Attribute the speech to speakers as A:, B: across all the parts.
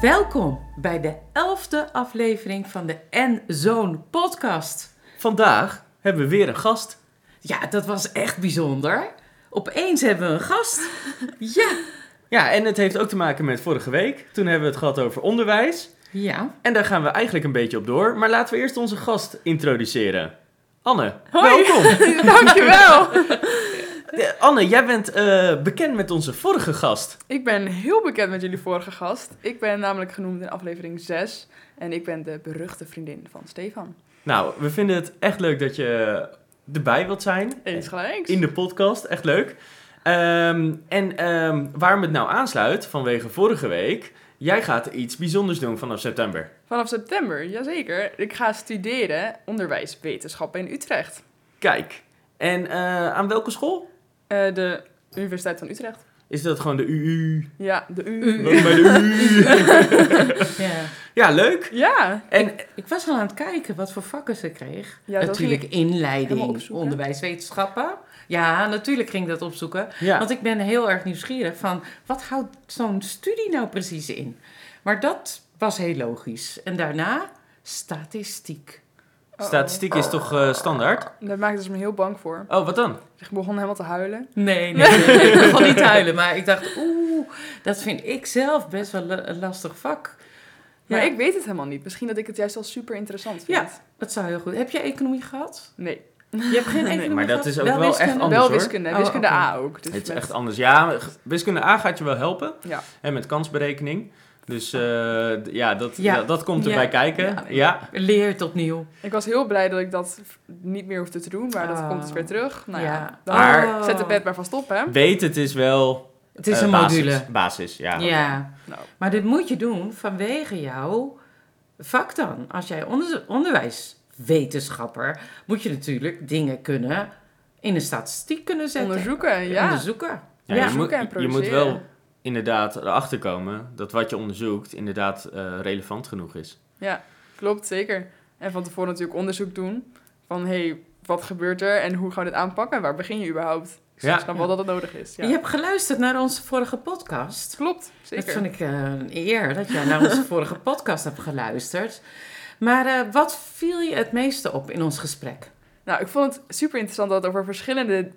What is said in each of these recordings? A: Welkom bij de elfde aflevering van de En Zoon podcast.
B: Vandaag hebben we weer een gast.
A: Ja, dat was echt bijzonder. Opeens hebben we een gast. Ja.
B: Ja, en het heeft ook te maken met vorige week. Toen hebben we het gehad over onderwijs.
A: Ja.
B: En daar gaan we eigenlijk een beetje op door. Maar laten we eerst onze gast introduceren. Anne,
C: Hoi.
B: welkom.
C: Dankjewel.
B: Eh, Anne, jij bent eh, bekend met onze vorige gast.
C: ik ben heel bekend met jullie vorige gast. Ik ben namelijk genoemd in aflevering 6. En ik ben de beruchte vriendin van Stefan.
B: Nou, we vinden het echt leuk dat je eh, erbij wilt zijn.
C: Eens gelijk.
B: In de podcast, echt leuk. Ehm, en ehm, waarom het nou aansluit, vanwege vorige week... Jij gaat iets bijzonders doen vanaf september.
C: Vanaf september, jazeker. Ik ga studeren onderwijswetenschappen in Utrecht.
B: Kijk. En eh, aan welke school?
C: Eh, de Universiteit van Utrecht.
B: Is dat gewoon de UU?
C: Ja, de U.
B: Welkom bij de U.
A: ja.
B: Ja, leuk.
C: Ja.
B: En
A: Ik was al aan het kijken wat voor vakken ze kreeg.
C: Ja, dat
A: natuurlijk
C: ging helemaal
A: inleiding,
C: opzoeken.
A: onderwijswetenschappen. Ja, natuurlijk ging ik dat opzoeken.
B: ja,
A: Want ik ben heel erg nieuwsgierig van wat houdt zo'n studie nou precies in? Maar dat was heel logisch. En daarna statistiek.
C: Oh,
B: statistiek is toch eh, standaard?
C: oh. Daar maakte ze me heel bang voor.
B: Oh, wat dan?
C: Ik begon helemaal te huilen.
A: Nee, nee, nee. ik begon niet huilen, maar ik dacht, oeh, dat vind ik zelf best wel een lastig vak.
C: Maar
A: Ja.
C: ik weet het helemaal niet. Misschien dat ik het juist wel super interessant vind.
A: Ja. Dat zou heel goed. Heb je economie gehad?
C: Nee.
A: Je hebt geen economie
B: maar dat
A: gehad?
B: is ook wel echt
A: wiskunde?
B: Anders,
C: wel
B: hoor.
C: wiskunde.
A: Oh,
C: Wiskunde
A: oké.
C: A ook. Dus
B: Het is
C: met-
B: echt anders. Ja, wiskunde A gaat je wel helpen.
C: Ja.
B: En met kansberekening. Dus eh, d- ja, dat,
A: Ja.
B: Dat, dat komt
A: Ja.
B: erbij kijken.
A: Ja.
B: Ja.
A: Leer het opnieuw.
C: Ik was heel blij dat ik dat niet meer hoefde te doen. Maar dat
A: Oh.
C: komt dus weer terug. Nou ja.
A: ja.
C: dan
B: Maar-
A: Oh.
C: Zet de bed maar vast op, hè.
B: Weet, het is wel...
A: Het is
B: eh,
A: een
B: basis.
A: module.
B: Basis, ja.
A: Ja.
C: Nou.
A: Maar dit moet je doen vanwege jouw vak dan. Als jij onder- onderwijswetenschapper moet je natuurlijk dingen kunnen in de statistiek kunnen zetten.
C: Onderzoeken, ja.
A: Onderzoeken.
B: Ja,
A: Ja.
B: je, moet,
C: Onderzoeken en
B: je moet
C: produceren.
B: wel inderdaad erachter komen dat wat je onderzoekt inderdaad eh, relevant genoeg is.
C: Ja, klopt, zeker. En van tevoren natuurlijk onderzoek doen. Van, hé, hey, wat gebeurt er en hoe gaan we dit aanpakken? En waar begin je überhaupt? Dus Ik
B: Ja.
C: snap wel dat het nodig is. Ja.
A: Je hebt geluisterd naar onze vorige podcast.
C: Klopt, zeker.
A: Dat vond ik eh, een eer dat jij naar onze vorige podcast hebt geluisterd. Maar eh, wat viel je het meeste op in ons gesprek?
C: Nou, ik vond het super interessant dat het over verschillende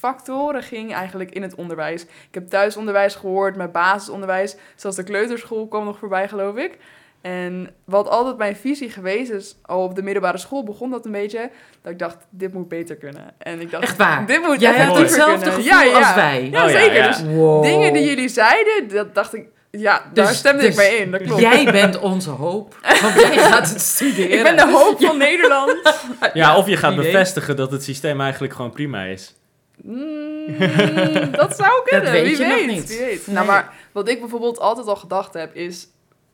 C: factoren ging eigenlijk in het onderwijs. Ik heb thuisonderwijs gehoord, mijn basisonderwijs, zelfs de kleuterschool kwam nog voorbij, geloof ik. En wat altijd mijn visie geweest is, al op de middelbare school begon dat een beetje, dat ik dacht, dit moet beter kunnen. En ik dacht,
A: Echt waar.
C: dit moet
A: Jij
C: echt
A: hebt
C: dieper
A: hetzelfde
C: kunnen.
A: gevoel
C: Ja, ja.
A: als wij.
C: Ja,
B: Oh, ja,
C: zeker.
B: ja.
C: Dus dingen die jullie zeiden, dat dacht ik, ja, daar
A: Dus-
C: stemde
A: dus
C: ik mee in, dat klopt.
A: Jij bent onze hoop, want jij gaat het studeren.
C: ik ben de hoop van Nederland.
B: Ja, of je gaat
A: Eh, idee.
B: bevestigen dat het systeem eigenlijk gewoon prima is.
C: Mm, dat zou kunnen.
A: weet
C: Wie
A: je nog
C: weet,
A: niet.
C: Wie weet.
A: Nee.
C: Nou, maar wat ik bijvoorbeeld altijd al gedacht heb is.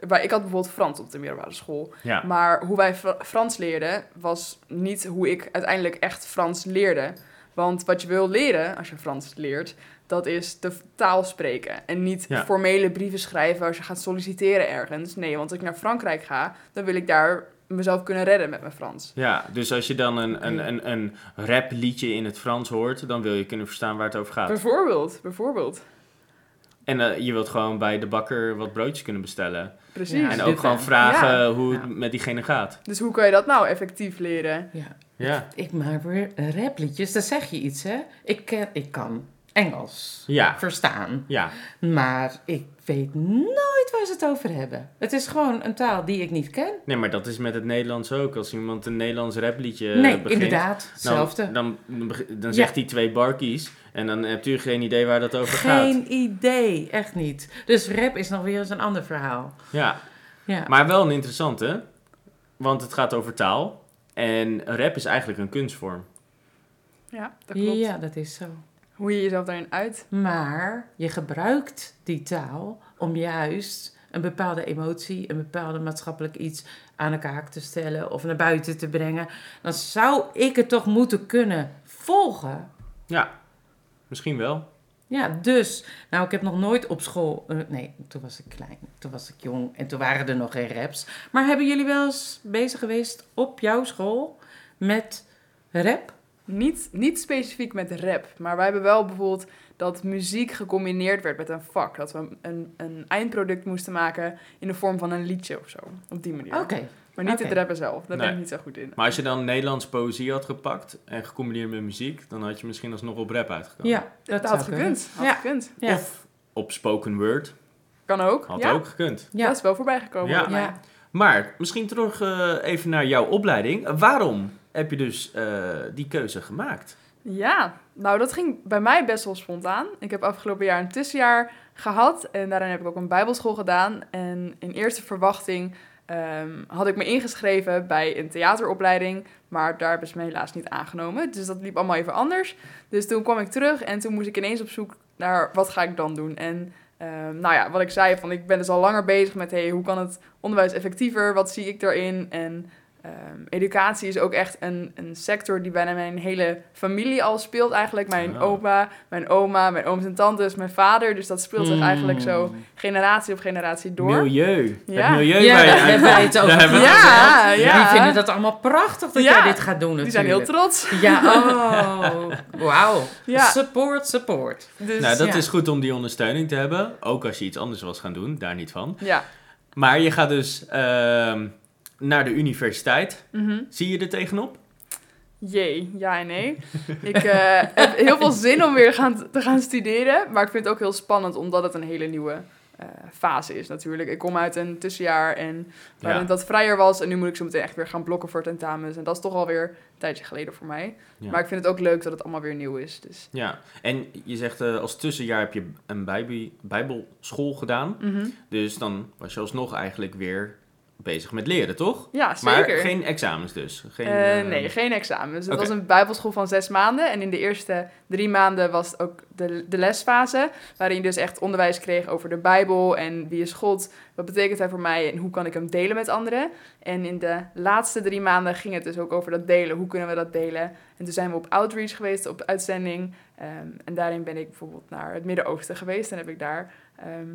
C: Waar, ik had bijvoorbeeld Frans op de middelbare school.
B: Ja.
C: Maar hoe wij Fra- Frans leerden was niet hoe ik uiteindelijk echt Frans leerde. Want wat je wil leren als je Frans leert, dat is de v- taal spreken. En niet
B: Ja.
C: formele brieven schrijven als je gaat solliciteren ergens. Nee, want als ik naar Frankrijk ga, dan wil ik daar mezelf kunnen redden met mijn Frans.
B: Ja, dus als je dan een, een, een, een rap liedje in het Frans hoort, dan wil je kunnen verstaan waar het over gaat.
C: Bijvoorbeeld, bijvoorbeeld.
B: En eh, je wilt gewoon bij de bakker wat broodjes kunnen bestellen.
C: Precies.
A: Ja,
B: en
A: dit,
B: ook gewoon
A: hè.
B: vragen
C: Ja.
B: hoe het
A: Ja.
B: met diegene gaat.
C: Dus hoe kan je dat nou effectief leren?
A: Ja,
B: Ja.
A: ik maak weer rapliedjes, daar zeg je iets, hè? Ik, ken, ik kan Engels
B: Ja.
A: verstaan,
B: Ja.
A: maar ik weet nooit waar ze het over hebben. Het is gewoon een taal die ik niet ken.
B: Nee, maar dat is met het Nederlands ook. Als iemand een Nederlands rapliedje eh,
A: nee,
B: begint...
A: inderdaad,
B: dan-
A: hetzelfde.
B: Dan, beg- dan zegt hij twee barkies en dan hebt u geen idee waar dat over gaat.
A: Geen idee, echt niet. Dus rap is nog weer eens een ander verhaal.
B: Ja.
A: Ja,
B: Maar wel een interessante, want het gaat over taal. En rap is eigenlijk een kunstvorm.
C: Ja, dat klopt.
A: ja dat is zo.
C: Hoe je jezelf daarin uit.
A: Maar je gebruikt die taal om juist een bepaalde emotie, een bepaalde maatschappelijk iets aan elkaar haak te stellen of naar buiten te brengen. Dan zou ik het toch moeten kunnen volgen.
B: Ja, misschien wel.
A: Ja, dus, nou, ik heb nog nooit op school. eh, nee, toen was ik klein, toen was ik jong en toen waren er nog geen raps. Maar hebben jullie wel eens bezig geweest op jouw school met Rap?
C: Niet, niet specifiek met rap, maar wij hebben wel bijvoorbeeld dat muziek gecombineerd werd met een vak. Dat we een, een eindproduct moesten maken in de vorm van een liedje of zo. Op die manier.
A: Oké.
C: Maar niet
A: oké.
C: het rappen zelf, daar ben
B: Nee.
C: ik niet zo goed in.
B: Maar als je dan Nederlands poëzie had gepakt en gecombineerd met muziek, dan had je misschien alsnog op rap uitgekomen.
A: Ja, dat,
C: Dat
A: zou
C: had
A: kunnen.
C: gekund. Had
A: Ja.
C: gekund.
A: Ja.
B: Of op spoken word,
C: Kan ook.
B: had
C: ja.
B: ook gekund.
A: Ja.
C: Dat is wel voorbij gekomen.
B: Ja.
C: bij mij.
A: Ja.
B: Maar misschien terug eh, even naar jouw opleiding. Eh, Waarom heb je dus eh, die keuze gemaakt?
C: Ja, nou dat ging bij mij best wel spontaan. Ik heb afgelopen jaar een tussenjaar gehad en daarin heb ik ook een bijbelschool gedaan. En in eerste verwachting ehm, had ik me ingeschreven bij een theateropleiding, maar daar hebben ze me helaas niet aangenomen. Dus dat liep allemaal even anders. Dus toen kwam ik terug en toen moest ik ineens op zoek naar wat ga ik dan doen. En ehm, nou ja, wat ik zei, van ik ben dus al langer bezig met hey, hoe kan het onderwijs effectiever, wat zie ik daarin en... Ehm, educatie is ook echt een, een sector die bijna mijn hele familie al speelt eigenlijk. Mijn
B: Ah.
C: opa, mijn oma, mijn ooms en tantes, mijn vader. Dus dat speelt zich eigenlijk
B: Hmm.
C: zo generatie op generatie door.
B: Milieu.
C: Hmm. Ja.
B: Het milieu
A: Ja,
B: waar je
A: daar hebben wij het
B: Daar
A: over
B: hebben we
A: gehad.
C: Ja,
A: Die
C: ja.
A: vinden dat allemaal prachtig dat
C: Ja.
A: jij dit gaat doen
C: Die
A: natuurlijk.
C: zijn heel trots.
A: Ja, oh. Wauw.
C: Ja.
A: Support, support.
C: Dus,
B: Nou, dat
A: ja.
B: is goed om die ondersteuning te hebben. Ook als je iets anders was gaan doen, daar niet van.
C: Ja.
B: Maar je gaat dus ehm, naar de universiteit.
C: Mhm.
B: Zie je er tegenop?
C: Jee, ja en nee. Ik eh, heb heel veel zin om weer gaan, te gaan studeren. Maar ik vind het ook heel spannend, omdat het een hele nieuwe eh, fase is natuurlijk. Ik kom uit een tussenjaar en waarin
B: Ja.
C: het wat vrijer was. En nu moet ik zo meteen echt weer gaan blokken voor tentamens. En dat is toch alweer een tijdje geleden voor mij.
B: Ja.
C: Maar ik vind het ook leuk dat het allemaal weer nieuw is. Dus.
B: Ja. En je zegt eh, als tussenjaar heb je een bijbel- bijbelschool gedaan. Dus dan was je alsnog eigenlijk weer bezig met leren, toch?
C: Ja, zeker.
B: Maar geen examens dus. Geen,
C: Eh,
B: eh,
C: nee, geen examens. Het
B: Oké.
C: was een bijbelschool van zes maanden. En in de eerste drie maanden was ook de, de lesfase. Waarin je dus echt onderwijs kreeg over de Bijbel en wie is God. Wat betekent hij voor mij en hoe kan ik hem delen met anderen. En in de laatste drie maanden ging het dus ook over dat delen. Hoe kunnen we dat delen? En toen zijn we op outreach geweest, op uitzending. Ehm, en daarin ben ik bijvoorbeeld naar het Midden-Oosten geweest. En heb ik daar ehm,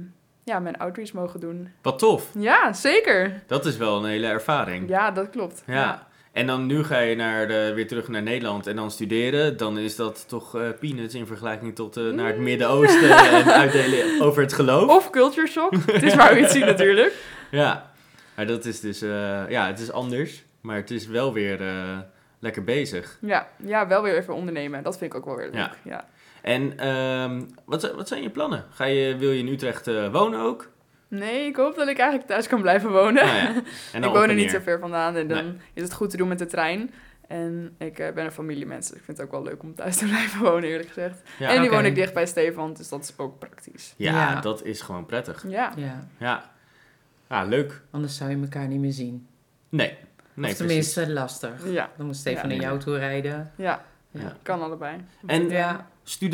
C: ja, mijn outreach mogen doen.
B: Wat tof.
C: Ja, zeker.
B: Dat is wel een hele ervaring.
C: Ja, dat klopt.
B: Ja. En dan nu ga je naar de, weer terug naar Nederland en dan studeren. Dan is dat toch eh, peanuts in vergelijking tot eh, naar het Midden-Oosten en uitdelen over het geloof.
C: Mm. Of culture shock. het is waar we het zien natuurlijk.
B: Ja. Maar dat is dus, eh, ja, het is anders. Maar het is wel weer eh, lekker bezig.
C: Ja, ja, wel weer even ondernemen. Dat vind ik ook wel weer leuk.
B: Ja.
C: Ja.
B: En ehm, wat, zi- wat zijn je plannen? Ga je, wil je in Utrecht eh, wonen ook?
C: Nee, ik hoop dat ik eigenlijk thuis kan blijven wonen.
B: Nou ja. En
C: ik
B: op
C: woon
B: en
C: er niet
B: neer.
C: zo ver vandaan en dan is het goed te doen met de trein. En ik eh, ben een familiemens, dus ik vind het ook wel leuk om thuis te blijven wonen, eerlijk gezegd.
B: Ja.
C: en nu
A: oké.
C: woon ik dicht bij Stefan, dus dat is ook praktisch.
B: Ja,
A: Ja.
B: dat is gewoon prettig.
C: Ja,
A: Ja,
B: Ja. Ja, leuk.
A: anders zou je elkaar niet meer zien.
B: Nee. Nee,
A: of
B: precies.
A: tenminste, lastig.
C: ja,
A: Dan moet Stefan
C: Ja.
A: naar jou toe rijden.
C: ja.
A: Ja.
C: Kan allebei.
B: En
A: Ja,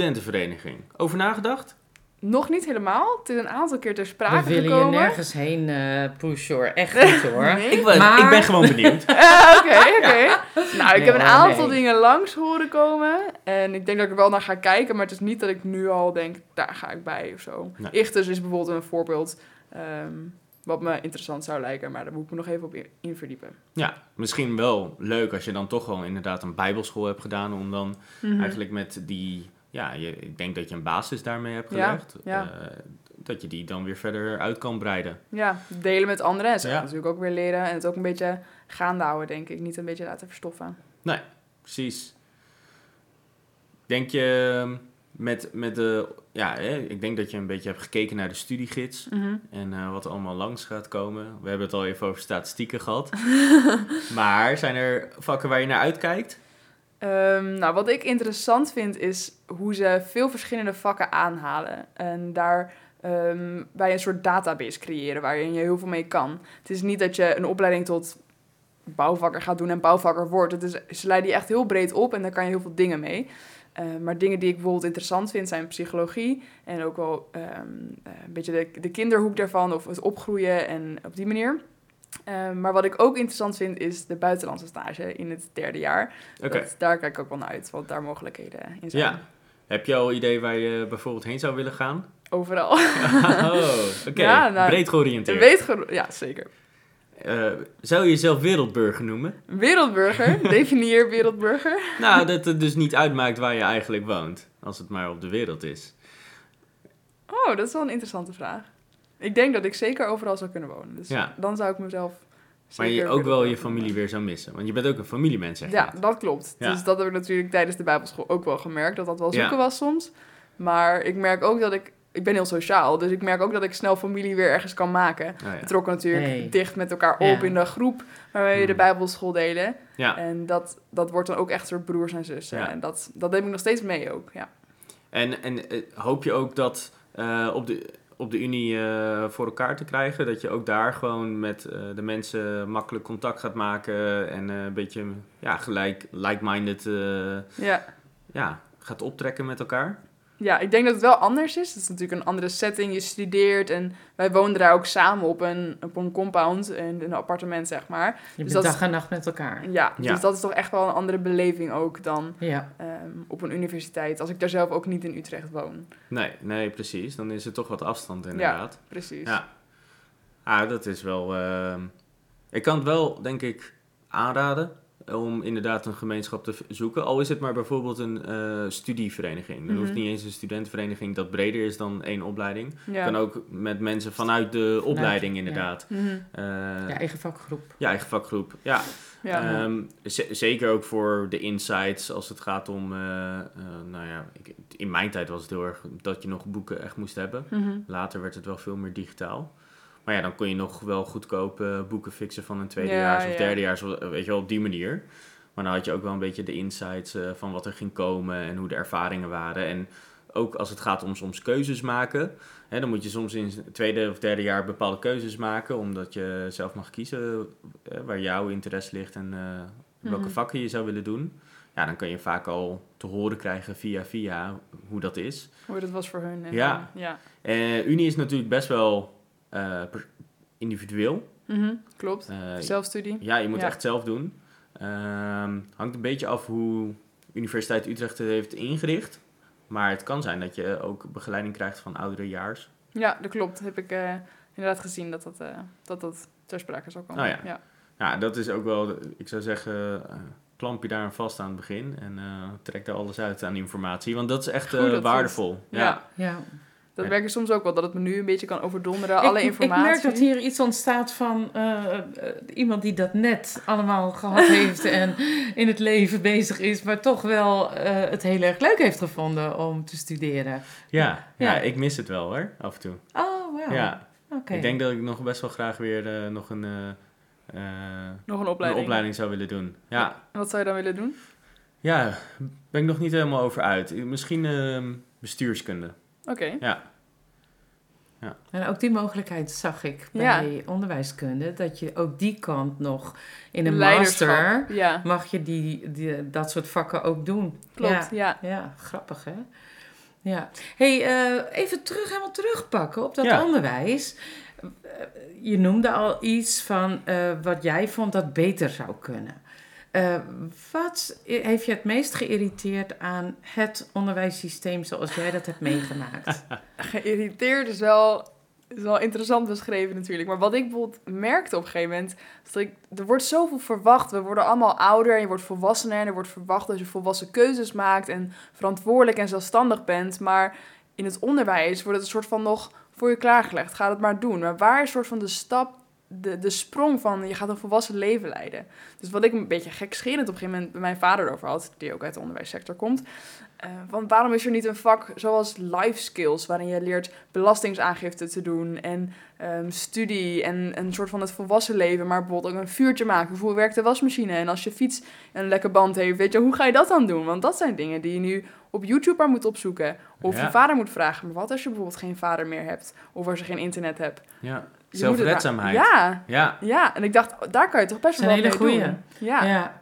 B: studentenvereniging. Over nagedacht?
C: Nog niet helemaal. Het is een aantal keer ter sprake
A: we willen je
C: gekomen.
A: nergens heen eh pushen hoor. Echt niet hoor.
C: Nee.
B: Ik, was,
A: Maar-
B: ik ben gewoon benieuwd.
C: Eh, Oké, oké. Nou, ik
A: Nee,
C: heb een
A: hoor,
C: aantal
A: nee.
C: dingen langs horen komen. En ik denk dat ik er wel naar ga kijken. Maar het is niet dat ik nu al denk, daar ga ik bij of zo.
B: Nee.
C: Ichthus is bijvoorbeeld een voorbeeld ehm, wat me interessant zou lijken. Maar daar moet ik me nog even op in- in verdiepen.
B: ja, misschien wel leuk als je dan toch wel inderdaad een bijbelschool hebt gedaan. Om dan
C: Mhm.
B: eigenlijk met die... Ja, je, ik denk dat je een basis daarmee hebt
C: Ja,
B: gelegd.
C: ja.
B: eh, dat je die dan weer verder uit kan breiden.
C: Ja, delen met anderen. En zo
B: Ja.
C: natuurlijk ook weer leren. En het ook een beetje gaande houden, denk ik. Niet een beetje laten verstoffen.
B: Precies. Denk je ehm, met, met de... Ja, hè, ik denk dat je een beetje hebt gekeken naar de studiegids. En eh, wat er allemaal langs gaat komen. We hebben het al even over statistieken gehad. maar zijn er vakken waar je naar uitkijkt?
C: Ehm, nou, wat ik interessant vind is hoe ze veel verschillende vakken aanhalen. En daar ehm, bij een soort database creëren waarin je heel veel mee kan. Het is niet dat je een opleiding tot bouwvakker gaat doen en bouwvakker wordt. Het is, ze leiden je echt heel breed op en daar kan je heel veel dingen mee. Eh, maar dingen die ik bijvoorbeeld interessant vind zijn psychologie en ook wel ehm, eh, een beetje de, de kinderhoek daarvan of het opgroeien en op die manier. Eh, maar wat ik ook interessant vind is de buitenlandse stage in het derde jaar.
B: Oké.
C: Dat- daar kijk ik ook wel naar uit, want daar mogelijkheden in zijn.
B: Ja. Heb je al idee waar je bijvoorbeeld heen zou willen gaan?
C: Overal.
B: oh, oké.
C: Ja, nou,
B: Breed georiënteerd.
C: Weet ge- ja, zeker.
B: eh, zou je jezelf wereldburger noemen?
C: Wereldburger, definieer wereldburger.
B: Nou, dat het dus niet uitmaakt waar je eigenlijk woont, als het maar op de wereld is.
C: Oh, dat is wel een interessante vraag. Ik denk dat ik zeker overal zou kunnen wonen. Dus
B: Ja.
C: dan zou ik mezelf
B: Maar
C: zeker
B: je ook wel je
C: wereldburger
B: familie
C: noemen.
B: weer zou missen. Want je bent ook een familiemens, zeg je
C: Ja,
B: net.
C: dat klopt.
B: Ja.
C: Dus dat heb ik natuurlijk tijdens de Bijbelschool ook wel gemerkt, dat dat wel
B: Ja.
C: zoeken was soms. Maar ik merk ook dat ik, ik ben heel sociaal, dus ik merk ook dat ik snel familie weer ergens kan maken.
B: Oh, ja.
C: We trokken natuurlijk
A: Hey.
C: dicht met elkaar op
A: Ja.
C: in de groep waarmee we de
B: Hmm.
C: Bijbelschool delen.
B: Ja.
C: En dat, dat wordt dan ook echt door broers en zussen.
B: Ja.
C: En dat, dat neem ik nog steeds mee ook. Ja.
B: En, en eh, hoop je ook dat eh, op, de, op de Unie eh, voor elkaar te krijgen? Dat je ook daar gewoon met eh, de mensen makkelijk contact gaat maken en eh, een beetje ja, gelijk, like-minded eh,
C: Ja.
B: ja, gaat optrekken met elkaar?
C: ja, ik denk dat het wel anders is. Het is natuurlijk een andere setting. Je studeert en wij woonden daar ook samen op een, op een compound, in een appartement zeg maar.
A: Je bent
C: Dus dat is-
A: dag en nacht met elkaar.
C: Ja,
B: Ja.
C: dus dat is toch echt wel een andere beleving ook dan
A: Ja,
C: ehm, op een universiteit. Als ik daar zelf ook niet in Utrecht woon.
B: Nee, nee, precies. Dan is er toch wat afstand inderdaad.
C: Precies.
B: Ja. Ah, dat is wel... ehm, ik kan het wel, denk ik, aanraden om inderdaad een gemeenschap te v- zoeken. Al is het maar bijvoorbeeld een eh, studievereniging. Dan hoeft
C: Mhm.
B: niet eens een studentenvereniging dat breder is dan één opleiding.
C: Ja.
B: Kan ook met mensen vanuit de opleiding inderdaad.
C: Mhm.
B: Eh,
A: ja eigen vakgroep.
B: ja, eigen vakgroep. Ja,
C: Ja.
B: Ehm, ze- zeker ook voor de insights als het gaat om... eh, eh, nou ja, ik, in mijn tijd was het heel erg dat je nog boeken echt moest hebben.
C: Mhm.
B: Later werd het wel veel meer digitaal. Maar ja, dan kon je nog wel goedkoop eh, boeken fixen van een
C: Ja,
B: tweedejaars
C: ja.
B: of derdejaars. of- Weet je wel, op die manier. Maar dan had je ook wel een beetje de insights eh, van wat er ging komen en hoe de ervaringen waren. En ook als het gaat om soms keuzes maken. Hè, dan moet je soms in het tweede of derde jaar bepaalde keuzes maken. Omdat je zelf mag kiezen eh, waar jouw interesse ligt en eh, welke
C: Mhm.
B: vakken je zou willen doen. Ja, dan kan je vaak al te horen krijgen via via hoe dat is.
C: Hoe dat was voor hun. en-
B: Ja.
C: ja.
B: Eh, Unie is natuurlijk best wel eh, per- individueel.
C: Mhm. Klopt.
B: Eh,
C: Zelfstudie.
B: ja, je moet
C: Ja.
B: echt zelf doen. Ehm, hangt een beetje af hoe Universiteit Utrecht het heeft ingericht. Maar het kan zijn dat je ook begeleiding krijgt van ouderejaars.
C: Ja, dat klopt. Heb ik eh, inderdaad gezien dat dat, eh, dat dat ter sprake zou komen.
B: Oh ja.
C: Ja.
B: Ja, dat is ook wel, ik zou zeggen, eh, klamp je daar aan vast aan het begin. En eh, trek daar alles uit aan informatie. Want dat is echt
C: Goed
B: eh,
C: advies.
B: waardevol. Ja.
C: Ja.
A: Ja.
C: Dat
B: Ja.
C: werkt soms ook wel, dat het me nu een beetje kan overdonderen.
A: Ik-
C: alle informatie.
A: Ik merk dat hier iets ontstaat van eh, eh, iemand die dat net allemaal gehad heeft en in het leven bezig is, maar toch wel eh, het heel erg leuk heeft gevonden om te studeren.
B: Ja, ja,
A: Ja.
B: ik mis het wel hoor, af en toe.
A: Oh, wauw.
B: Ja,
A: Oké.
B: ik denk dat ik nog best wel graag weer eh, nog een... eh, eh,
C: Nog een opleiding.
B: een opleiding zou willen doen. Ja,
C: En wat zou je dan willen doen?
B: ja ben ik nog niet helemaal over uit. Misschien ehm, bestuurskunde.
C: Oké.
A: En ook die mogelijkheid zag ik bij onderwijskunde, dat je ook die kant nog in een
C: Leiderschap.
A: master
C: Ja,
A: mag je die, die, dat soort vakken ook doen.
C: klopt. Ja. ja.
A: Ja, ja grappig hè? Ja. hey, eh, even terug, helemaal terugpakken op dat
B: Ja.
A: onderwijs. Eh, Je noemde al iets van eh, wat jij vond dat beter zou kunnen. Eh, wat i- heeft je het meest geïrriteerd aan het onderwijssysteem zoals jij dat hebt meegemaakt?
C: Geïrriteerd is wel, is wel interessant beschreven natuurlijk. Maar wat ik bijvoorbeeld merkte op een gegeven moment... is dat ik, er wordt zoveel verwacht. We worden allemaal ouder en je wordt volwassener. En er wordt verwacht dat je volwassen keuzes maakt... en verantwoordelijk en zelfstandig bent. Maar in het onderwijs wordt het een soort van nog voor je klaargelegd. Ga dat maar doen. Maar waar is soort van de stap... De, de sprong van je gaat een volwassen leven leiden. Dus wat ik een beetje gekscherend op een gegeven moment bij mijn vader over had, die ook uit de onderwijssector komt, eh, want waarom is er niet een vak zoals life skills, waarin je leert belastingsaangifte te doen en ehm, studie en een soort van het volwassen leven, maar bijvoorbeeld ook een vuurtje maken. Hoe werkt de wasmachine? En als je fiets een lekke band heeft, weet je, hoe ga je dat dan doen? Want dat zijn dingen die je nu op YouTube maar moet opzoeken. Of
B: Ja.
C: je vader moet vragen, maar wat als je bijvoorbeeld geen vader meer hebt? Of als je geen internet hebt? Je
B: Ja.
C: moet het maar-
B: Zelfredzaamheid. Ja.
C: Ja,
B: Ja,
C: ja. En ik dacht, daar kan je toch best
A: Dat
C: wel
A: is
C: wat
A: een
C: mee
A: hele
C: doen.
A: goeie.
C: Ja.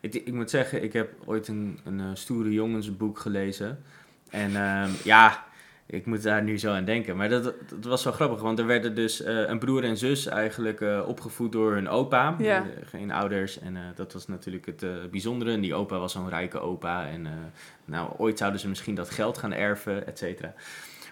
B: Ik, ik moet zeggen, ik heb ooit een, een eh, stoere jongensboek gelezen. En ehm, ja, ik moet daar nu zo aan denken. Maar dat, dat was wel grappig, want er werden dus eh, een broer en zus eigenlijk eh, opgevoed door hun opa.
C: Ja.
B: Eh, geen ouders. En eh, dat was natuurlijk het eh, bijzondere. En die opa was zo'n rijke opa. En eh, nou, ooit zouden ze misschien dat geld gaan erven, et cetera.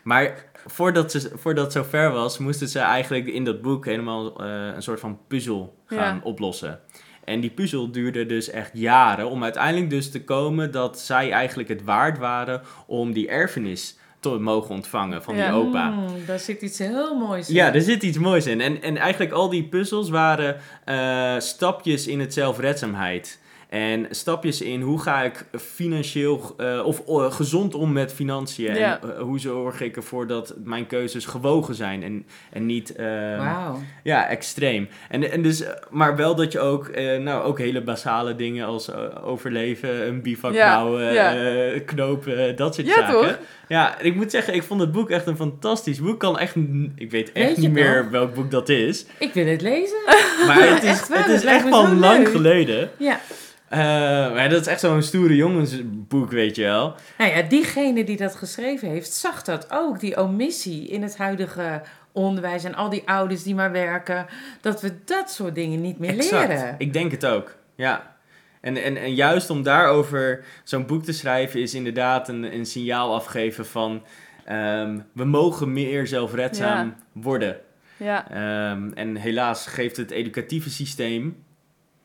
B: Maar voordat, ze, voordat het zover was, moesten ze eigenlijk in dat boek helemaal eh, een soort van puzzel gaan
C: Ja.
B: oplossen. En die puzzel duurde dus echt jaren om uiteindelijk dus te komen dat zij eigenlijk het waard waren om die erfenis te mogen ontvangen van
C: Ja.
B: die opa.
A: Mm, daar zit iets heel moois in.
B: Ja, dus- er zit iets moois in. En, en eigenlijk al die puzzels waren eh, stapjes in het zelfredzaamheid. En stapjes in hoe ga ik financieel eh, of eh, gezond om met financiën.
C: Ja.
B: En eh, hoe zorg ik ervoor dat mijn keuzes gewogen zijn en, en niet eh,
A: Wauw.
B: ja, extreem. En, en dus, eh, maar wel dat je ook, eh, nou, ook hele basale dingen als eh, overleven, een bivak
C: Ja,
B: bouwen,
C: ja.
B: eh, knopen, dat soort
C: Ja,
B: zaken.
C: toch?
B: Ja, en ik moet zeggen, ik vond het boek echt een fantastisch boek. Kan echt, n- ik weet echt
A: Weet je
B: niet meer
A: nog?
B: welk boek dat is.
A: Ik wil het lezen.
B: Maar het is
A: echt
B: echt,
A: waar,
B: het
A: dat
B: is
A: lijkt me
B: echt wel
A: zo
B: lang
A: leuk.
B: geleden.
A: Ja.
B: Eh, maar dat is echt zo'n stoere jongensboek, weet je wel.
A: Nou ja, diegene die dat geschreven heeft, zag dat ook. Die omissie in het huidige onderwijs en al die ouders die maar werken. Dat we dat soort dingen niet meer leren.
B: Ik denk het ook, ja. En, en, en juist om daarover zo'n boek te schrijven is inderdaad een, een signaal afgeven van... ehm, we mogen meer zelfredzaam worden.
C: Ja,
B: Ehm, en helaas geeft het educatieve systeem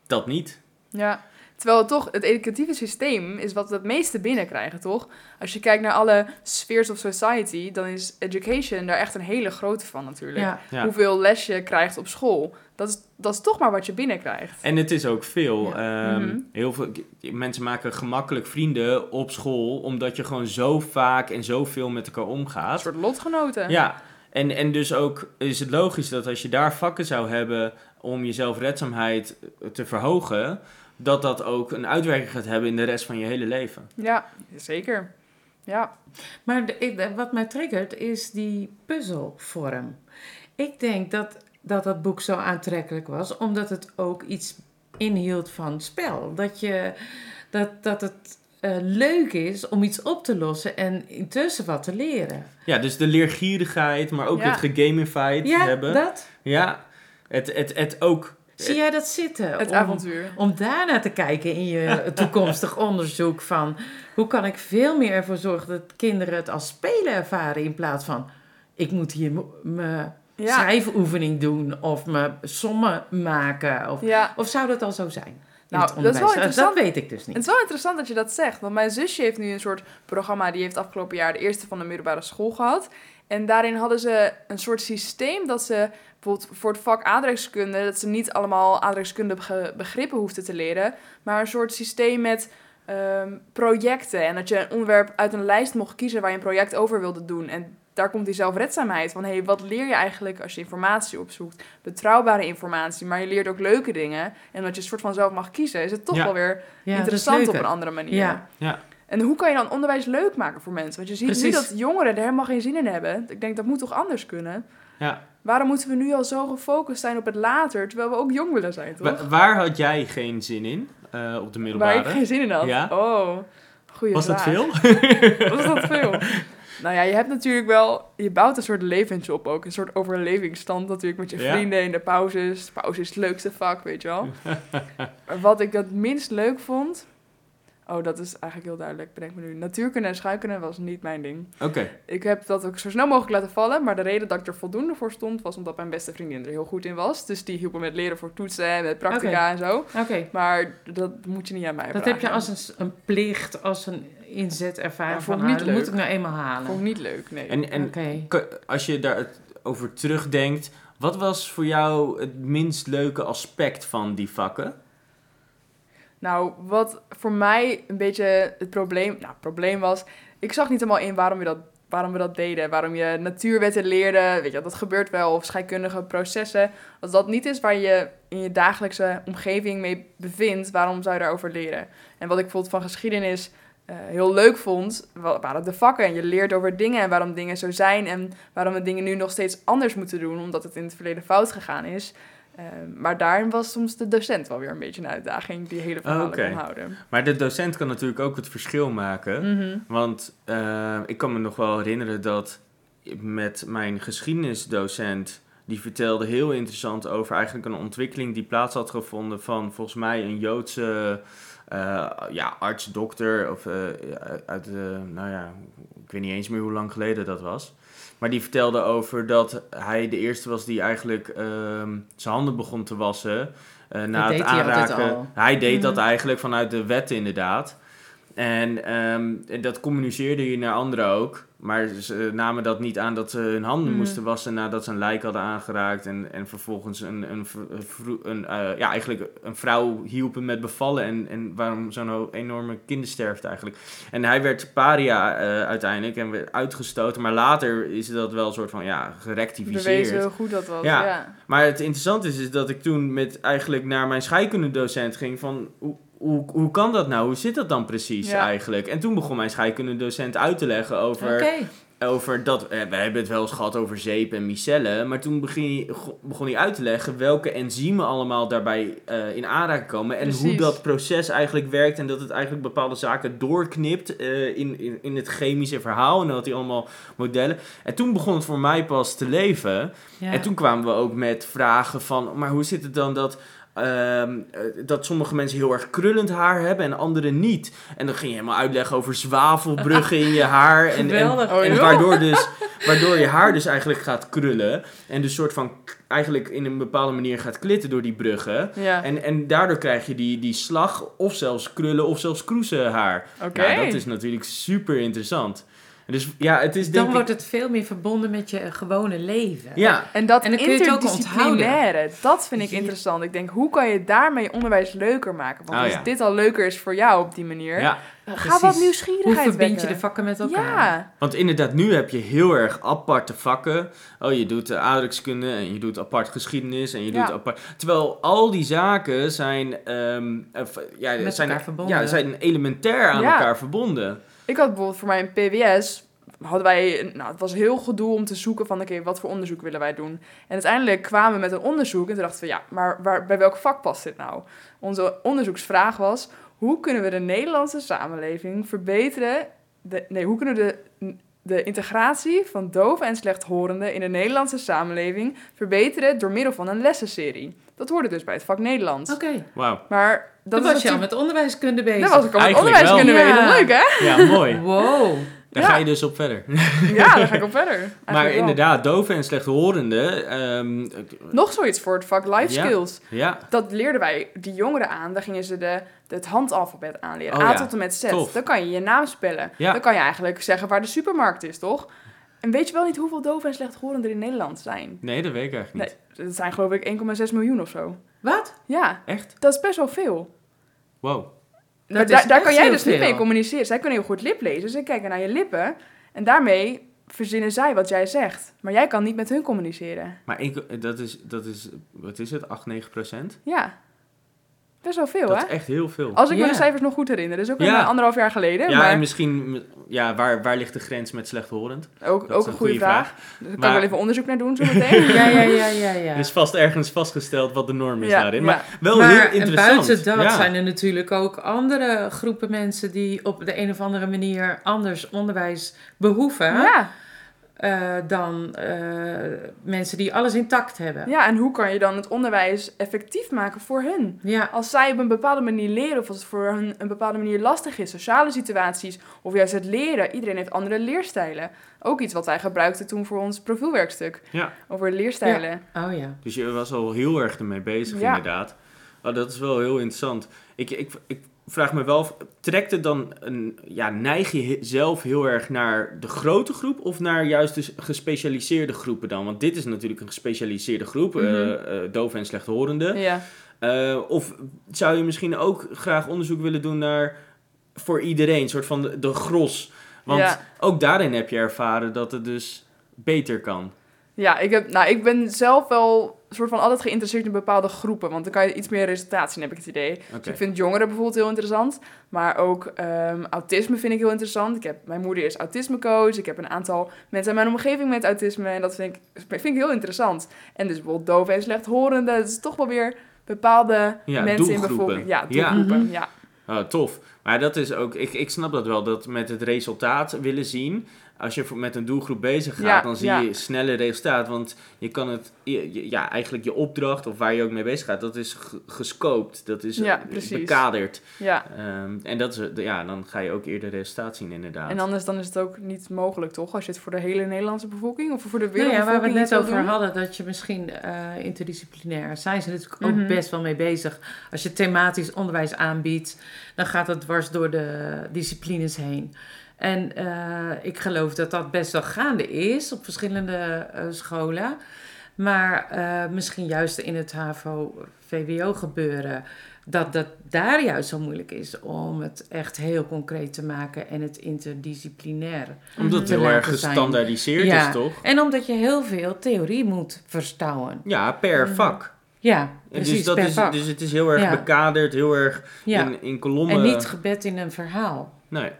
B: dat niet.
C: ja. Terwijl het toch, het educatieve systeem is wat we het meeste binnenkrijgen, toch? Als je kijkt naar alle spheres of society, dan is education daar echt een hele grote van natuurlijk.
A: Ja.
B: Ja.
C: Hoeveel les je krijgt op school, dat is, dat is toch maar wat je binnenkrijgt.
B: En het is ook veel. ehm,
C: Mhm.
B: heel veel mensen maken gemakkelijk vrienden op school, omdat je gewoon zo vaak en zoveel met elkaar
C: Een
B: omgaat.
C: soort lotgenoten.
B: Ja, en, en dus ook is het logisch dat als je daar vakken zou hebben om je zelfredzaamheid te verhogen, dat dat ook een uitwerking gaat hebben in de rest van je hele leven.
C: Ja, zeker. Ja,
A: Maar de- ik- de- wat mij triggert is die puzzelvorm. Ik denk dat, dat dat boek zo aantrekkelijk was, omdat het ook iets inhield van spel. Dat, je, dat, dat het eh, leuk is om iets op te lossen en intussen wat te leren.
B: Ja, dus de leergierigheid, maar ook
C: Ja.
B: het gegamified
A: Ja,
B: hebben.
A: dat.
B: Ja, het, het, het ook.
A: Zie jij dat zitten?
C: het
A: Om-
C: avontuur.
A: Om daarna te kijken in je toekomstig onderzoek van hoe kan ik veel meer ervoor zorgen dat kinderen het als spelen ervaren in plaats van ik moet hier m- me
C: Ja,
A: schrijfoefening doen of me sommen maken. Of,
C: ja.
A: of zou dat al zo zijn? in
C: Nou,
A: het
C: dat is wel
A: onderwijs?
C: interessant.
A: Dat weet ik dus
C: Het
A: niet.
C: is wel interessant dat je dat zegt. Want mijn zusje heeft nu een soort programma. Die heeft afgelopen jaar de eerste van de middelbare school gehad. En daarin hadden ze een soort systeem dat ze bijvoorbeeld voor het vak aardrijkskunde. dat ze niet allemaal aardrijkskundige begrippen hoefden te leren. maar een soort systeem met ehm, projecten. En dat je een onderwerp uit een lijst mocht kiezen waar je een project over wilde doen. En daar komt die zelfredzaamheid van. hey, wat leer je eigenlijk als je informatie opzoekt? Betrouwbare informatie, maar je leert ook leuke dingen. En dat je een soort van zelf mag kiezen, is het toch
B: Ja.
C: wel weer
A: Ja, dat is
C: interessant op
A: leuker.
C: een andere manier.
A: Ja.
B: Ja.
C: En hoe kan je dan onderwijs leuk maken voor mensen? Want je ziet nu
A: Precies.
C: dat jongeren er helemaal geen zin in hebben. Ik denk, dat moet toch anders kunnen?
B: Ja.
C: Waarom moeten we nu al zo gefocust zijn op het later, terwijl we ook jong willen zijn, toch?
B: Wa- waar had jij geen zin in eh, op de
C: Waar ik
B: middelbare?
C: geen zin in had.
B: Ja.
C: Oh, goeie
B: Was dat
C: vraag.
B: veel?
C: Was dat veel? Nou ja, je hebt natuurlijk wel... Je bouwt een soort leventje op ook. Een soort overlevingsstand natuurlijk met je
B: Ja.
C: vrienden in de pauzes. Pauze is het leukste vak, weet je wel. Maar Wat ik het minst leuk vond... Oh, dat is eigenlijk heel duidelijk, bedenk me nu. Natuurkunde en scheikunde was niet mijn ding.
B: Oké,
C: Ik heb dat ook zo snel mogelijk laten vallen. Maar de reden dat ik er voldoende voor stond... was omdat mijn beste vriendin er heel goed in was. Dus die hielp me met leren voor toetsen en met practica
A: Oké.
C: en zo.
A: Oké.
C: Maar dat moet je niet aan mij
A: Dat
C: vragen.
A: heb je als een, s- een plicht, als een inzet ervaren
C: Maar vond
A: van haar.
C: ik niet
A: Dat moet
C: leuk.
A: ik nou eenmaal halen.
C: Vond ik niet leuk, nee.
B: en, en
A: Oké.
B: K- Als je daarover terugdenkt, wat was voor jou het minst leuke aspect van die vakken?
C: Nou, wat voor mij een beetje het probleem, nou, het probleem was, ik zag niet helemaal in waarom, je dat, waarom we dat deden. Waarom je natuurwetten leerde, weet je, dat gebeurt wel, of scheikundige processen. Als dat niet is waar je in je dagelijkse omgeving mee bevindt, waarom zou je daarover leren? En wat ik bijvoorbeeld van geschiedenis eh, heel leuk vond, wa- waren de vakken. En je leert over dingen en waarom dingen zo zijn en waarom we dingen nu nog steeds anders moeten doen, omdat het in het verleden fout gegaan is. Eh, maar daarin was soms de docent wel weer een beetje een uitdaging die hele verhalen
B: Oké.
C: kon houden.
B: Maar de docent kan natuurlijk ook het verschil maken.
C: Mhm,
A: Mhm.
B: Want eh, ik kan me nog wel herinneren dat met mijn geschiedenisdocent. Die vertelde heel interessant over eigenlijk een ontwikkeling die plaats had gevonden van volgens mij een Joodse eh, ja, arts, dokter, of eh, ja, uit, eh, nou ja, ik weet niet eens meer hoe lang geleden dat was. Maar die vertelde over dat hij de eerste was die eigenlijk ehm, zijn handen begon te wassen. eh, na
A: deed
B: het
A: hij altijd
B: aanraken.
A: al.
B: Hij deed dat
A: Mhm.
B: eigenlijk vanuit de wet inderdaad. En ehm, en dat communiceerde hij naar anderen ook. Maar ze namen dat niet aan dat ze hun handen
A: Mhm.
B: moesten wassen nadat ze een lijk hadden aangeraakt. En, en vervolgens een, een, vr- een, vro- een, eh, ja, eigenlijk een vrouw hielpen met bevallen. En, en waarom zo'n ho- enorme kindersterfte eigenlijk. En hij werd paria eh, uiteindelijk en werd uitgestoten. Maar later is dat wel een soort van ja, gerectificeerd.
C: Bewezen hoe goed dat was.
B: Ja.
C: ja.
B: Maar het interessante is, is dat ik toen met eigenlijk naar mijn scheikundedocent ging van... Hoe, hoe, hoe kan dat nou? Hoe zit dat dan precies
C: Ja.
B: eigenlijk? En toen begon mijn scheikundedocent uit te leggen over,
A: Oké.
B: over dat... eh, we hebben het wel eens gehad over zeep en micellen. Maar toen begin, go- begon hij uit te leggen welke enzymen allemaal daarbij eh, in aanraking komen. En hoe
C: Precies.
B: dat proces eigenlijk werkt. En dat het eigenlijk bepaalde zaken doorknipt eh, in, in, in het chemische verhaal. En dat hij allemaal modellen... En toen begon het voor mij pas te leven...
A: ja.
B: En toen kwamen we ook met vragen van, maar hoe zit het dan dat, ehm, eh, dat sommige mensen heel erg krullend haar hebben en anderen niet? En dan ging je helemaal uitleggen over zwavelbruggen in je haar. En, en,
A: Geweldig.
C: Oh,
B: en
C: joh.
B: waardoor, dus, waardoor je haar dus eigenlijk gaat krullen. En dus soort van k- eigenlijk in een bepaalde manier gaat klitten door die bruggen.
C: Ja,
B: En, en daardoor krijg je die, die slag of zelfs krullen of zelfs kroezen haar.
C: oké.
B: Ja, dat is natuurlijk super interessant. Dus ja, het is denk
A: Dan
B: ik...
A: wordt het veel meer verbonden met je gewone leven.
B: ja,
C: En dat
A: En dan kun je het ook
C: interdisciplinaire, dat vind ik
A: Ja.
C: interessant. Ik denk, hoe kan je daarmee onderwijs leuker maken? Want
B: Oh,
C: als
B: ja.
C: dit al leuker is voor jou op die manier,
B: ja.
C: ga
A: precies.
C: wat
A: Hoe
C: nieuwsgierigheid
A: verbind je
C: wekken.
A: de vakken met elkaar?
C: Ja,
B: Want inderdaad, nu heb je heel erg aparte vakken. Oh, je doet eh, aardrijkskunde en je doet apart geschiedenis en je
C: Ja.
B: doet apart... Terwijl al die zaken zijn... ehm, eh, v- ja,
A: Met
B: zijn,
A: elkaar verbonden.
B: Ja, zijn elementair aan
C: Ja.
B: elkaar verbonden.
C: ik had bijvoorbeeld voor mijn PWS, hadden wij, een- nou het was heel gedoe om te zoeken van, oké, wat voor onderzoek willen wij doen? En uiteindelijk kwamen we met een onderzoek en toen dachten we, ja, maar waar, bij welk vak past dit nou? Onze onderzoeksvraag was, hoe kunnen we de Nederlandse samenleving verbeteren? De, nee, hoe kunnen we de de integratie van doven en slechthorenden in de Nederlandse samenleving verbeteren door middel van een lessenserie. Dat hoorde dus bij het vak Nederlands.
A: Oké.
B: Wauw.
C: Maar dat
A: Dan
C: is
A: was je al
C: natuurlijk-
A: met onderwijskunde bezig.
C: dat was ik al met
B: Eigenlijk
C: onderwijs
B: wel.
C: kunnen weten.
A: Ja.
C: Leuk hè?
B: Ja, mooi.
A: Wow.
B: Daar
C: Ja.
B: ga je dus op verder.
C: Ja, daar ga ik op verder. Eigenlijk
B: maar
C: wel.
B: inderdaad, doven en slechthorenden... ehm, ik-
C: Nog zoiets voor het vak life
B: Ja.
C: skills.
B: ja,
C: Dat leerden wij die jongeren aan. Daar gingen ze de, het handalfabet aanleren.
B: Oh
C: A
B: ja.
C: tot en met Z.
B: Tof.
C: Dan kan je je naam spellen.
B: Ja.
C: Dan kan je eigenlijk zeggen waar de supermarkt is, toch? En weet je wel niet hoeveel doven en slechthorenden er in Nederland zijn?
B: nee, dat weet ik eigenlijk
C: Nee,
B: niet.
C: dat zijn geloof ik 1,6 miljoen of zo.
A: Wat?
C: Ja,
B: Echt?
C: dat is best wel veel.
B: Wow.
A: Dat
C: Daar-
A: is
C: daar
A: echt
C: kan jij
A: heel
C: dus niet
A: veel.
C: mee communiceren. Zij kunnen heel goed liplezen. Ze kijken naar je lippen. En daarmee verzinnen zij wat jij zegt. Maar jij kan niet met hun communiceren.
B: Maar ik, dat, is, dat is... Wat is het? 8, 9 procent?
C: Ja. Best wel veel,
B: Dat
C: hè?
B: is echt heel veel.
C: Als ik me
A: Ja.
C: de cijfers nog goed herinner. Dat is ook
B: Ja.
C: een eh, anderhalf jaar geleden.
B: Ja, en
C: maar
B: misschien... Ja, waar, waar ligt de grens met slechthorend?
C: ook,
B: Dat is
C: ook een goede vraag. Dus Daar kan
B: Maar-
C: ik wel even onderzoek naar doen zometeen.
A: Ja, ja, ja, ja. ja.
B: Er is vast ergens vastgesteld wat de norm is
C: Ja,
B: daarin.
C: ja.
B: Maar wel
A: maar
B: heel
A: en
B: interessant.
A: buiten dat
B: Ja.
A: zijn er natuurlijk ook andere groepen mensen die op de een of andere manier anders onderwijs behoeven
C: ja.
A: eh, dan eh, mensen die alles intact hebben.
C: ja, en hoe kan je dan het onderwijs effectief maken voor hun?
A: Ja,
C: Als zij op een bepaalde manier leren, of als het voor hun een bepaalde manier lastig is, sociale situaties, of juist het leren. Iedereen heeft andere leerstijlen. Ook iets wat wij gebruikten toen voor ons profielwerkstuk.
B: Ja.
C: Over leerstijlen.
A: oh ja.
B: Dus je was al heel erg ermee bezig,
C: Ja.
B: inderdaad. Oh, dat is wel heel interessant. Ik, ik, ik vraag me wel, af, trekt het dan een, ja, neig je he- zelf heel erg naar de grote groep of naar juist de s- gespecialiseerde groepen dan? Want dit is natuurlijk een gespecialiseerde groep, eh
C: Mhm.
B: eh, doven en slechthorenden.
C: Ja.
B: Eh, of zou je misschien ook graag onderzoek willen doen naar voor iedereen, een soort van de, de gros? Want
C: Ja.
B: ook daarin heb je ervaren dat het dus beter kan.
C: Ja, ik, heb, nou, ik ben zelf wel soort van altijd geïnteresseerd in bepaalde groepen. Want dan kan je iets meer resultaat zien, heb ik het idee.
B: Oké.
C: Dus ik vind jongeren bijvoorbeeld heel interessant. Maar ook ehm, autisme vind ik heel interessant. Ik heb, mijn moeder is autismecoach. Ik heb een aantal mensen in mijn omgeving met autisme. En dat vind ik, vind ik heel interessant. En dus bijvoorbeeld doof en slechthorende. Dat is toch wel weer bepaalde
B: Ja,
C: mensen in
B: doelgroepen.
C: bevolking. Ja,
B: Ja.
C: doelgroepen.
A: Mhm.
C: Ja.
B: Oh, tof. Maar dat is ook, ik, ik snap dat wel, dat met het resultaat willen zien. als je voor- met een doelgroep bezig gaat,
C: Ja,
B: dan zie
C: ja.
B: je sneller resultaat. Want je kan het, je- je- ja, eigenlijk je opdracht of waar je ook mee bezig gaat, dat is ge- gescoopt. Dat is
C: Ja,
B: eh,
C: precies.
B: bekaderd.
C: Ja.
B: Ehm, en dat is, ja, dan ga je ook eerder resultaat zien, inderdaad.
C: En anders dan is het ook niet mogelijk, toch? Als je het voor de hele Nederlandse bevolking of voor de
A: Nou ja,
C: wereldbevolking
A: waar we het net
C: wil
A: over
C: doen.
A: hadden, dat je misschien eh, interdisciplinair, zijn ze natuurlijk
C: Mhm.
A: ook best wel mee bezig. Als je thematisch onderwijs aanbiedt, dan gaat dat dwars door de disciplines heen. En eh, ik geloof dat dat best wel gaande is op verschillende eh, scholen. Maar eh, misschien juist in het HAVO-VWO gebeuren, dat dat daar juist zo moeilijk is om het echt heel concreet te maken en het interdisciplinair.
B: Omdat het
A: Mhm. te
B: heel erg
A: laten zijn.
B: gestandaardiseerd
A: Ja.
B: is, toch?
A: En omdat je heel veel theorie moet verstouwen.
B: Ja, per vak.
A: Ja,
B: En
A: Mhm. precies,
B: dus, dat
A: per
B: is,
A: vak.
B: dus het is heel erg
A: Ja.
B: bekaderd, heel erg
A: ja.
B: in, eh, in kolommen.
A: en niet gebed in een verhaal.
B: Nee.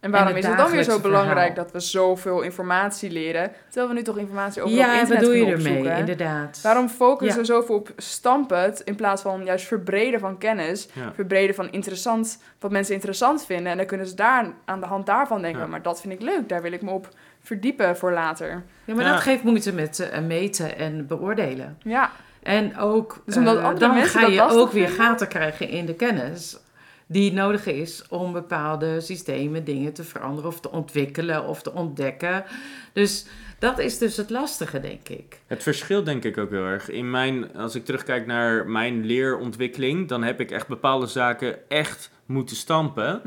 C: En waarom
A: En het
C: is het dan weer zo
A: dagelijkse
C: belangrijk
A: verhaal.
C: dat we zoveel informatie leren, terwijl we nu toch informatie over op
A: Ja,
C: internet
A: wat doe je
C: kunnen
A: ermee,
C: opzoeken?
A: inderdaad.
C: Waarom focussen
A: Ja.
C: we zoveel op stampet in plaats van juist verbreden van kennis,
B: Ja.
C: verbreden van interessant, wat mensen interessant vinden. En dan kunnen ze daar aan de hand daarvan denken,
B: Ja.
C: maar dat vind ik leuk, daar wil ik me op verdiepen voor later.
A: Ja, maar
B: Ja.
A: dat geeft moeite met eh, meten en beoordelen.
C: Ja,
A: En ook,
C: Dus omdat
A: eh,
C: andere
A: dan
C: mensen
A: ga
C: dat
A: je
C: lastig
A: ook weer
C: vinden?
A: gaten krijgen in de kennis die nodig is om bepaalde systemen, dingen te veranderen of te ontwikkelen of te ontdekken. Dus dat is dus het lastige, denk ik.
B: Het verschilt denk ik ook heel erg. In mijn, als ik terugkijk naar mijn leerontwikkeling, dan heb ik echt bepaalde zaken echt moeten stampen.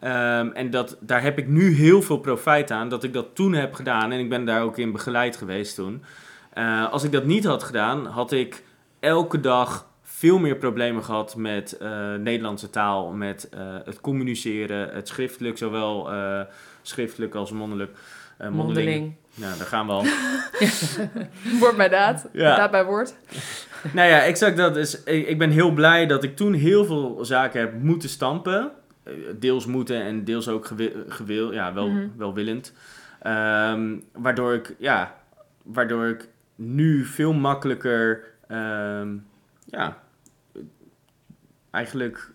B: Ehm, en dat, daar heb ik nu heel veel profijt aan dat ik dat toen heb gedaan. En ik ben daar ook in begeleid geweest toen. Eh, als ik dat niet had gedaan, had ik elke dag veel meer problemen gehad met eh, Nederlandse taal, met eh, het communiceren, het schriftelijk, zowel eh, schriftelijk als mondelijk. Eh,
A: Mondeling.
B: Nou, daar gaan we al.
C: woord bij daad,
B: Ja.
C: daad bij woord.
B: Nou ja, exact dat. Is, ik, ik ben heel blij dat ik toen heel veel zaken heb moeten stampen. Eh, Deels moeten en deels ook gewi- gewil, ja, wel,
C: Mhm.
B: welwillend. Ehm, waardoor, ik, ja, waardoor ik nu veel makkelijker, ehm, ja, eigenlijk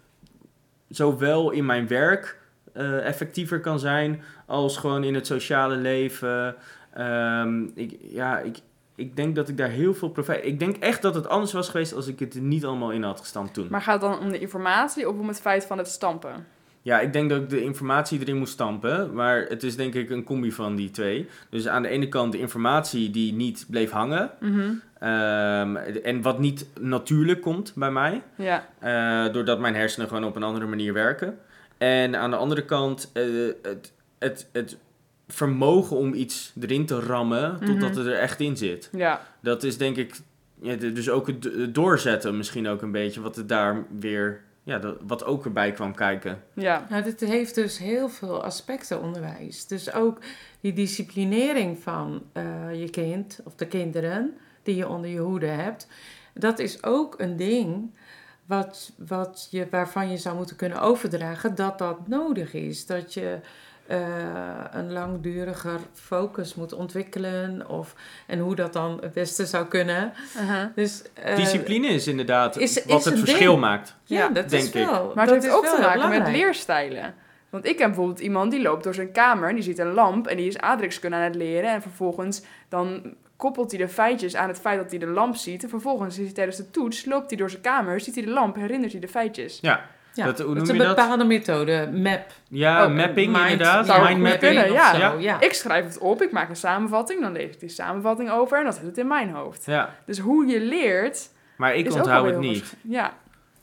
B: zowel in mijn werk eh, effectiever kan zijn, als gewoon in het sociale leven. Ehm, ik, ja, ik, ik denk dat ik daar heel veel profijt... Ik denk echt dat het anders was geweest als ik het er niet allemaal in had gestampt toen.
C: Maar gaat het dan om de informatie of om het feit van het stampen?
B: Ja, ik denk dat ik de informatie erin moest stampen. Maar het is denk ik een combi van die twee. Dus aan de ene kant de informatie die niet bleef hangen.
C: Mhm.
B: ehm, en wat niet natuurlijk komt bij mij.
C: Ja,
B: eh, doordat mijn hersenen gewoon op een andere manier werken. En aan de andere kant eh, het, het, het vermogen om iets erin te rammen totdat
C: Mhm.
B: het er echt in zit.
C: ja.
B: Dat is denk ik, ja, de- dus ook het do- het doorzetten misschien ook een beetje, wat het daar weer, ja, dat- wat ook erbij kwam kijken.
C: Ja,
A: Nou, dit heeft dus heel veel aspecten onderwijs. Dus ook die disciplinering van eh, je kind of de kinderen die je onder je hoede hebt, dat is ook een ding wat, wat je, waarvan je zou moeten kunnen overdragen dat dat nodig is. Dat je eh, een langduriger focus moet ontwikkelen of, en hoe dat dan het beste zou kunnen.
C: uh-huh.
A: Dus, eh,
B: Discipline is inderdaad
A: is- is
B: wat het
A: een
B: verschil
A: ding.
B: maakt.
A: Ja, dat
B: denk
A: is
B: ik.
A: wel.
C: maar
A: dat
C: het heeft
A: is
C: ook
A: wel
C: te
A: heel
C: maken met
A: belangrijk.
C: leerstijlen. Want ik ken bijvoorbeeld iemand die loopt door zijn kamer en die ziet een lamp en die is aardrijkskunde aan het leren. En vervolgens dan koppelt hij de feitjes aan het feit dat hij de lamp ziet. En vervolgens is hij tijdens de toets, loopt hij door zijn kamer, ziet hij de lamp, herinnert hij de feitjes.
B: Ja,
A: Ja,
B: dat, hoe
A: Het
B: noem
A: is
B: je
A: een
B: dat?
A: bepaalde methode, MAP.
B: Ja,
A: Oh,
B: mapping
A: mind-
B: inderdaad,
C: zou
B: mind
C: goed
B: mapping.
C: kunnen,
A: of
C: ja.
A: zo, ja.
C: Ik schrijf het op, ik maak een samenvatting, dan lees ik die samenvatting over en dat zit het in mijn hoofd.
B: Ja,
C: Dus hoe je leert,
B: maar ik
C: is ook
B: onthoud
C: alweer
B: het
C: heel
B: niet.
C: vers- ja,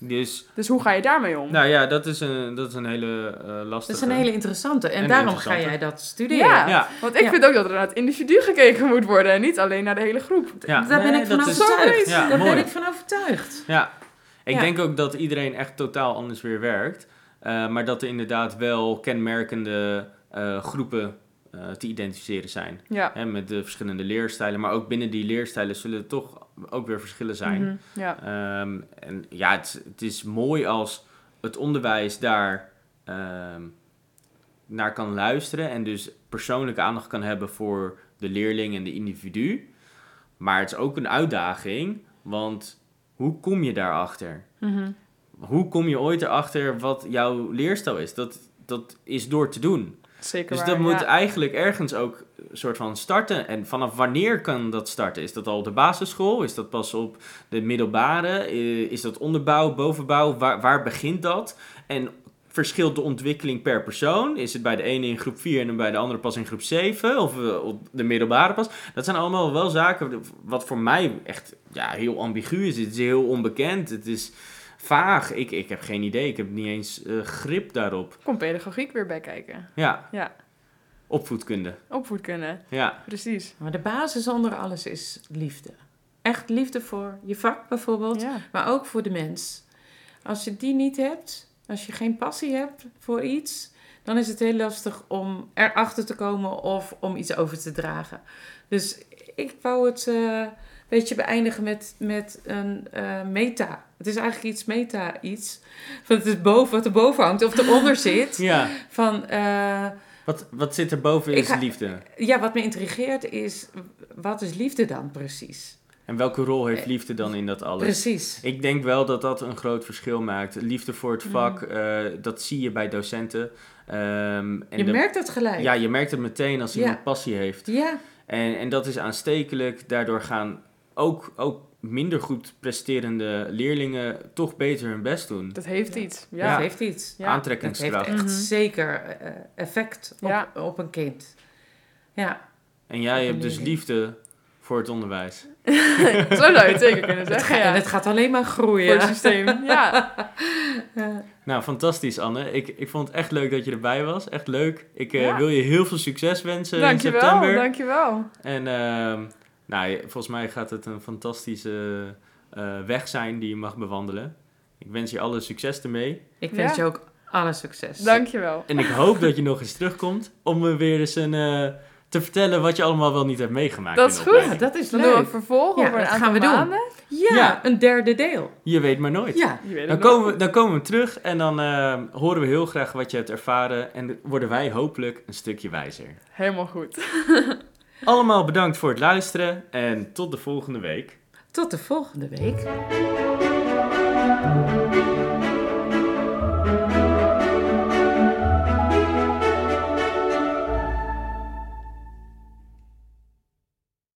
B: Dus,
C: dus hoe ga je daarmee om?
B: nou ja, dat is een, dat is een hele eh,
A: Dat
B: lastige.
A: is een hele interessante. En,
B: En
A: daarom
B: interessante.
A: ga jij dat studeren.
C: ja,
B: Ja.
C: want ik
A: Ja.
C: vind ook dat er naar het individu gekeken moet worden en niet alleen naar de hele groep.
B: Ja,
A: Daar ben
B: nee,
A: ik van
B: dat is-
A: overtuigd.
B: Ja,
A: Daar
B: mooi.
A: ben ik van overtuigd.
B: Ja, ik
A: Ja.
B: denk ook dat iedereen echt totaal anders weer werkt. Eh, maar dat er inderdaad wel kenmerkende eh, groepen eh, te identificeren zijn.
C: Ja.
B: Hè, met de verschillende leerstijlen. Maar ook binnen die leerstijlen zullen er toch ook weer verschillen zijn.
C: Mhm, Ja.
B: Ehm, en ja, het, is- het is mooi als het onderwijs daar ehm, naar kan luisteren en dus persoonlijke aandacht kan hebben voor de leerling en de individu. Maar het is ook een uitdaging, want hoe kom je daarachter?
C: Mhm.
B: Hoe kom je ooit erachter wat jouw leerstijl is? Dat, dat is door te doen.
C: Zeker
B: Dus
C: waar,
B: dat moet
C: ja.
B: eigenlijk ergens ook een soort van starten. En vanaf wanneer kan dat starten? Is dat al op de basisschool? Is dat pas op de middelbare? Eh, Is dat onderbouw, bovenbouw? Waar, waar begint dat? En verschilt de ontwikkeling per persoon? Is het bij de ene in groep 4 en dan bij de andere pas in groep 7? Of eh, op de middelbare pas? Dat zijn allemaal wel zaken wat voor mij echt ja, heel ambigu is. Het is heel onbekend. Het is vaag. Ik, ik heb geen idee. Ik heb niet eens eh, grip daarop.
C: Kom pedagogiek weer bij kijken.
B: Ja.
C: Ja.
B: Opvoedkunde.
C: Opvoedkunde,
B: Ja.
C: precies.
A: Maar de basis onder alles is liefde. Echt liefde voor je vak bijvoorbeeld,
C: Ja.
A: maar ook voor de mens. Als je die niet hebt, als je geen passie hebt voor iets, dan is het heel lastig om erachter te komen of om iets over te dragen. Dus ik wou het eh, een beetje beëindigen met, met een eh, meta. Het is eigenlijk iets meta iets. Van het is boven, wat er boven hangt of eronder zit.
B: Ja,
A: Van eh,
B: wat, wat zit er boven
A: Ik
B: is
A: ga-
B: liefde?
A: ja, wat me intrigeert is, wat is liefde dan precies?
B: En welke rol heeft liefde dan in dat alles?
A: Eh, Precies.
B: Ik denk wel dat dat een groot verschil maakt. Liefde voor
A: Mhm.
B: het vak, eh, dat zie je bij docenten. Ehm, en
A: je
B: de-
A: merkt dat gelijk.
B: Ja, je merkt het meteen als
A: Ja.
B: iemand passie heeft.
A: Ja,
B: En, en dat is aanstekelijk. Daardoor gaan ook, ook minder goed presterende leerlingen toch beter hun best doen.
C: Dat heeft iets. Ja.
A: dat heeft iets.
C: Ja.
A: Dat heeft echt
B: Aantrekkingskracht.
C: Mhm.
A: zeker eh, effect op,
C: Ja.
A: op een kind. Ja,
B: En jij
A: Op
B: hebt
A: een
B: dus
A: leerling.
B: liefde voor het onderwijs.
C: Zo zou je het zeker kunnen
A: het ga-
C: zeggen. Ja.
A: en het gaat alleen maar
C: Voor het
A: groeien.
C: systeem. Ja.
B: Nou, fantastisch Anne. Ik, ik vond het echt leuk dat je erbij was. Echt leuk. Ik eh,
C: Ja.
B: wil je heel veel succes wensen in
C: Dankjewel,
B: september.
C: dankjewel.
B: En ehm, nou, je- volgens mij gaat het een fantastische eh, weg zijn die je mag bewandelen. Ik wens je alle succes ermee.
A: Ik wens
C: Ja.
A: je ook alle succes.
C: Dankjewel.
B: En ik hoop dat je nog eens terugkomt om me weer eens een, eh, te vertellen wat je allemaal wel niet hebt meegemaakt.
C: Dat
B: in de
C: is goed.
A: Ja,
B: opleiding.
A: dat is
C: Dus Dan doen we een
A: leuk.
C: vervolg
A: Ja,
C: over een
A: dat
C: aantal
A: gaan we doen.
C: maanden.
A: Ja,
B: Ja.
A: een derde deel.
B: Je weet maar nooit.
A: Ja,
C: Je weet
B: Dan
C: het
B: komen, we,
C: nooit.
B: dan komen we hem terug en dan ehm, horen we heel graag wat je hebt ervaren. En worden wij hopelijk een stukje wijzer.
C: Helemaal goed.
B: Allemaal bedankt voor het luisteren en tot de volgende week.
A: tot de volgende week.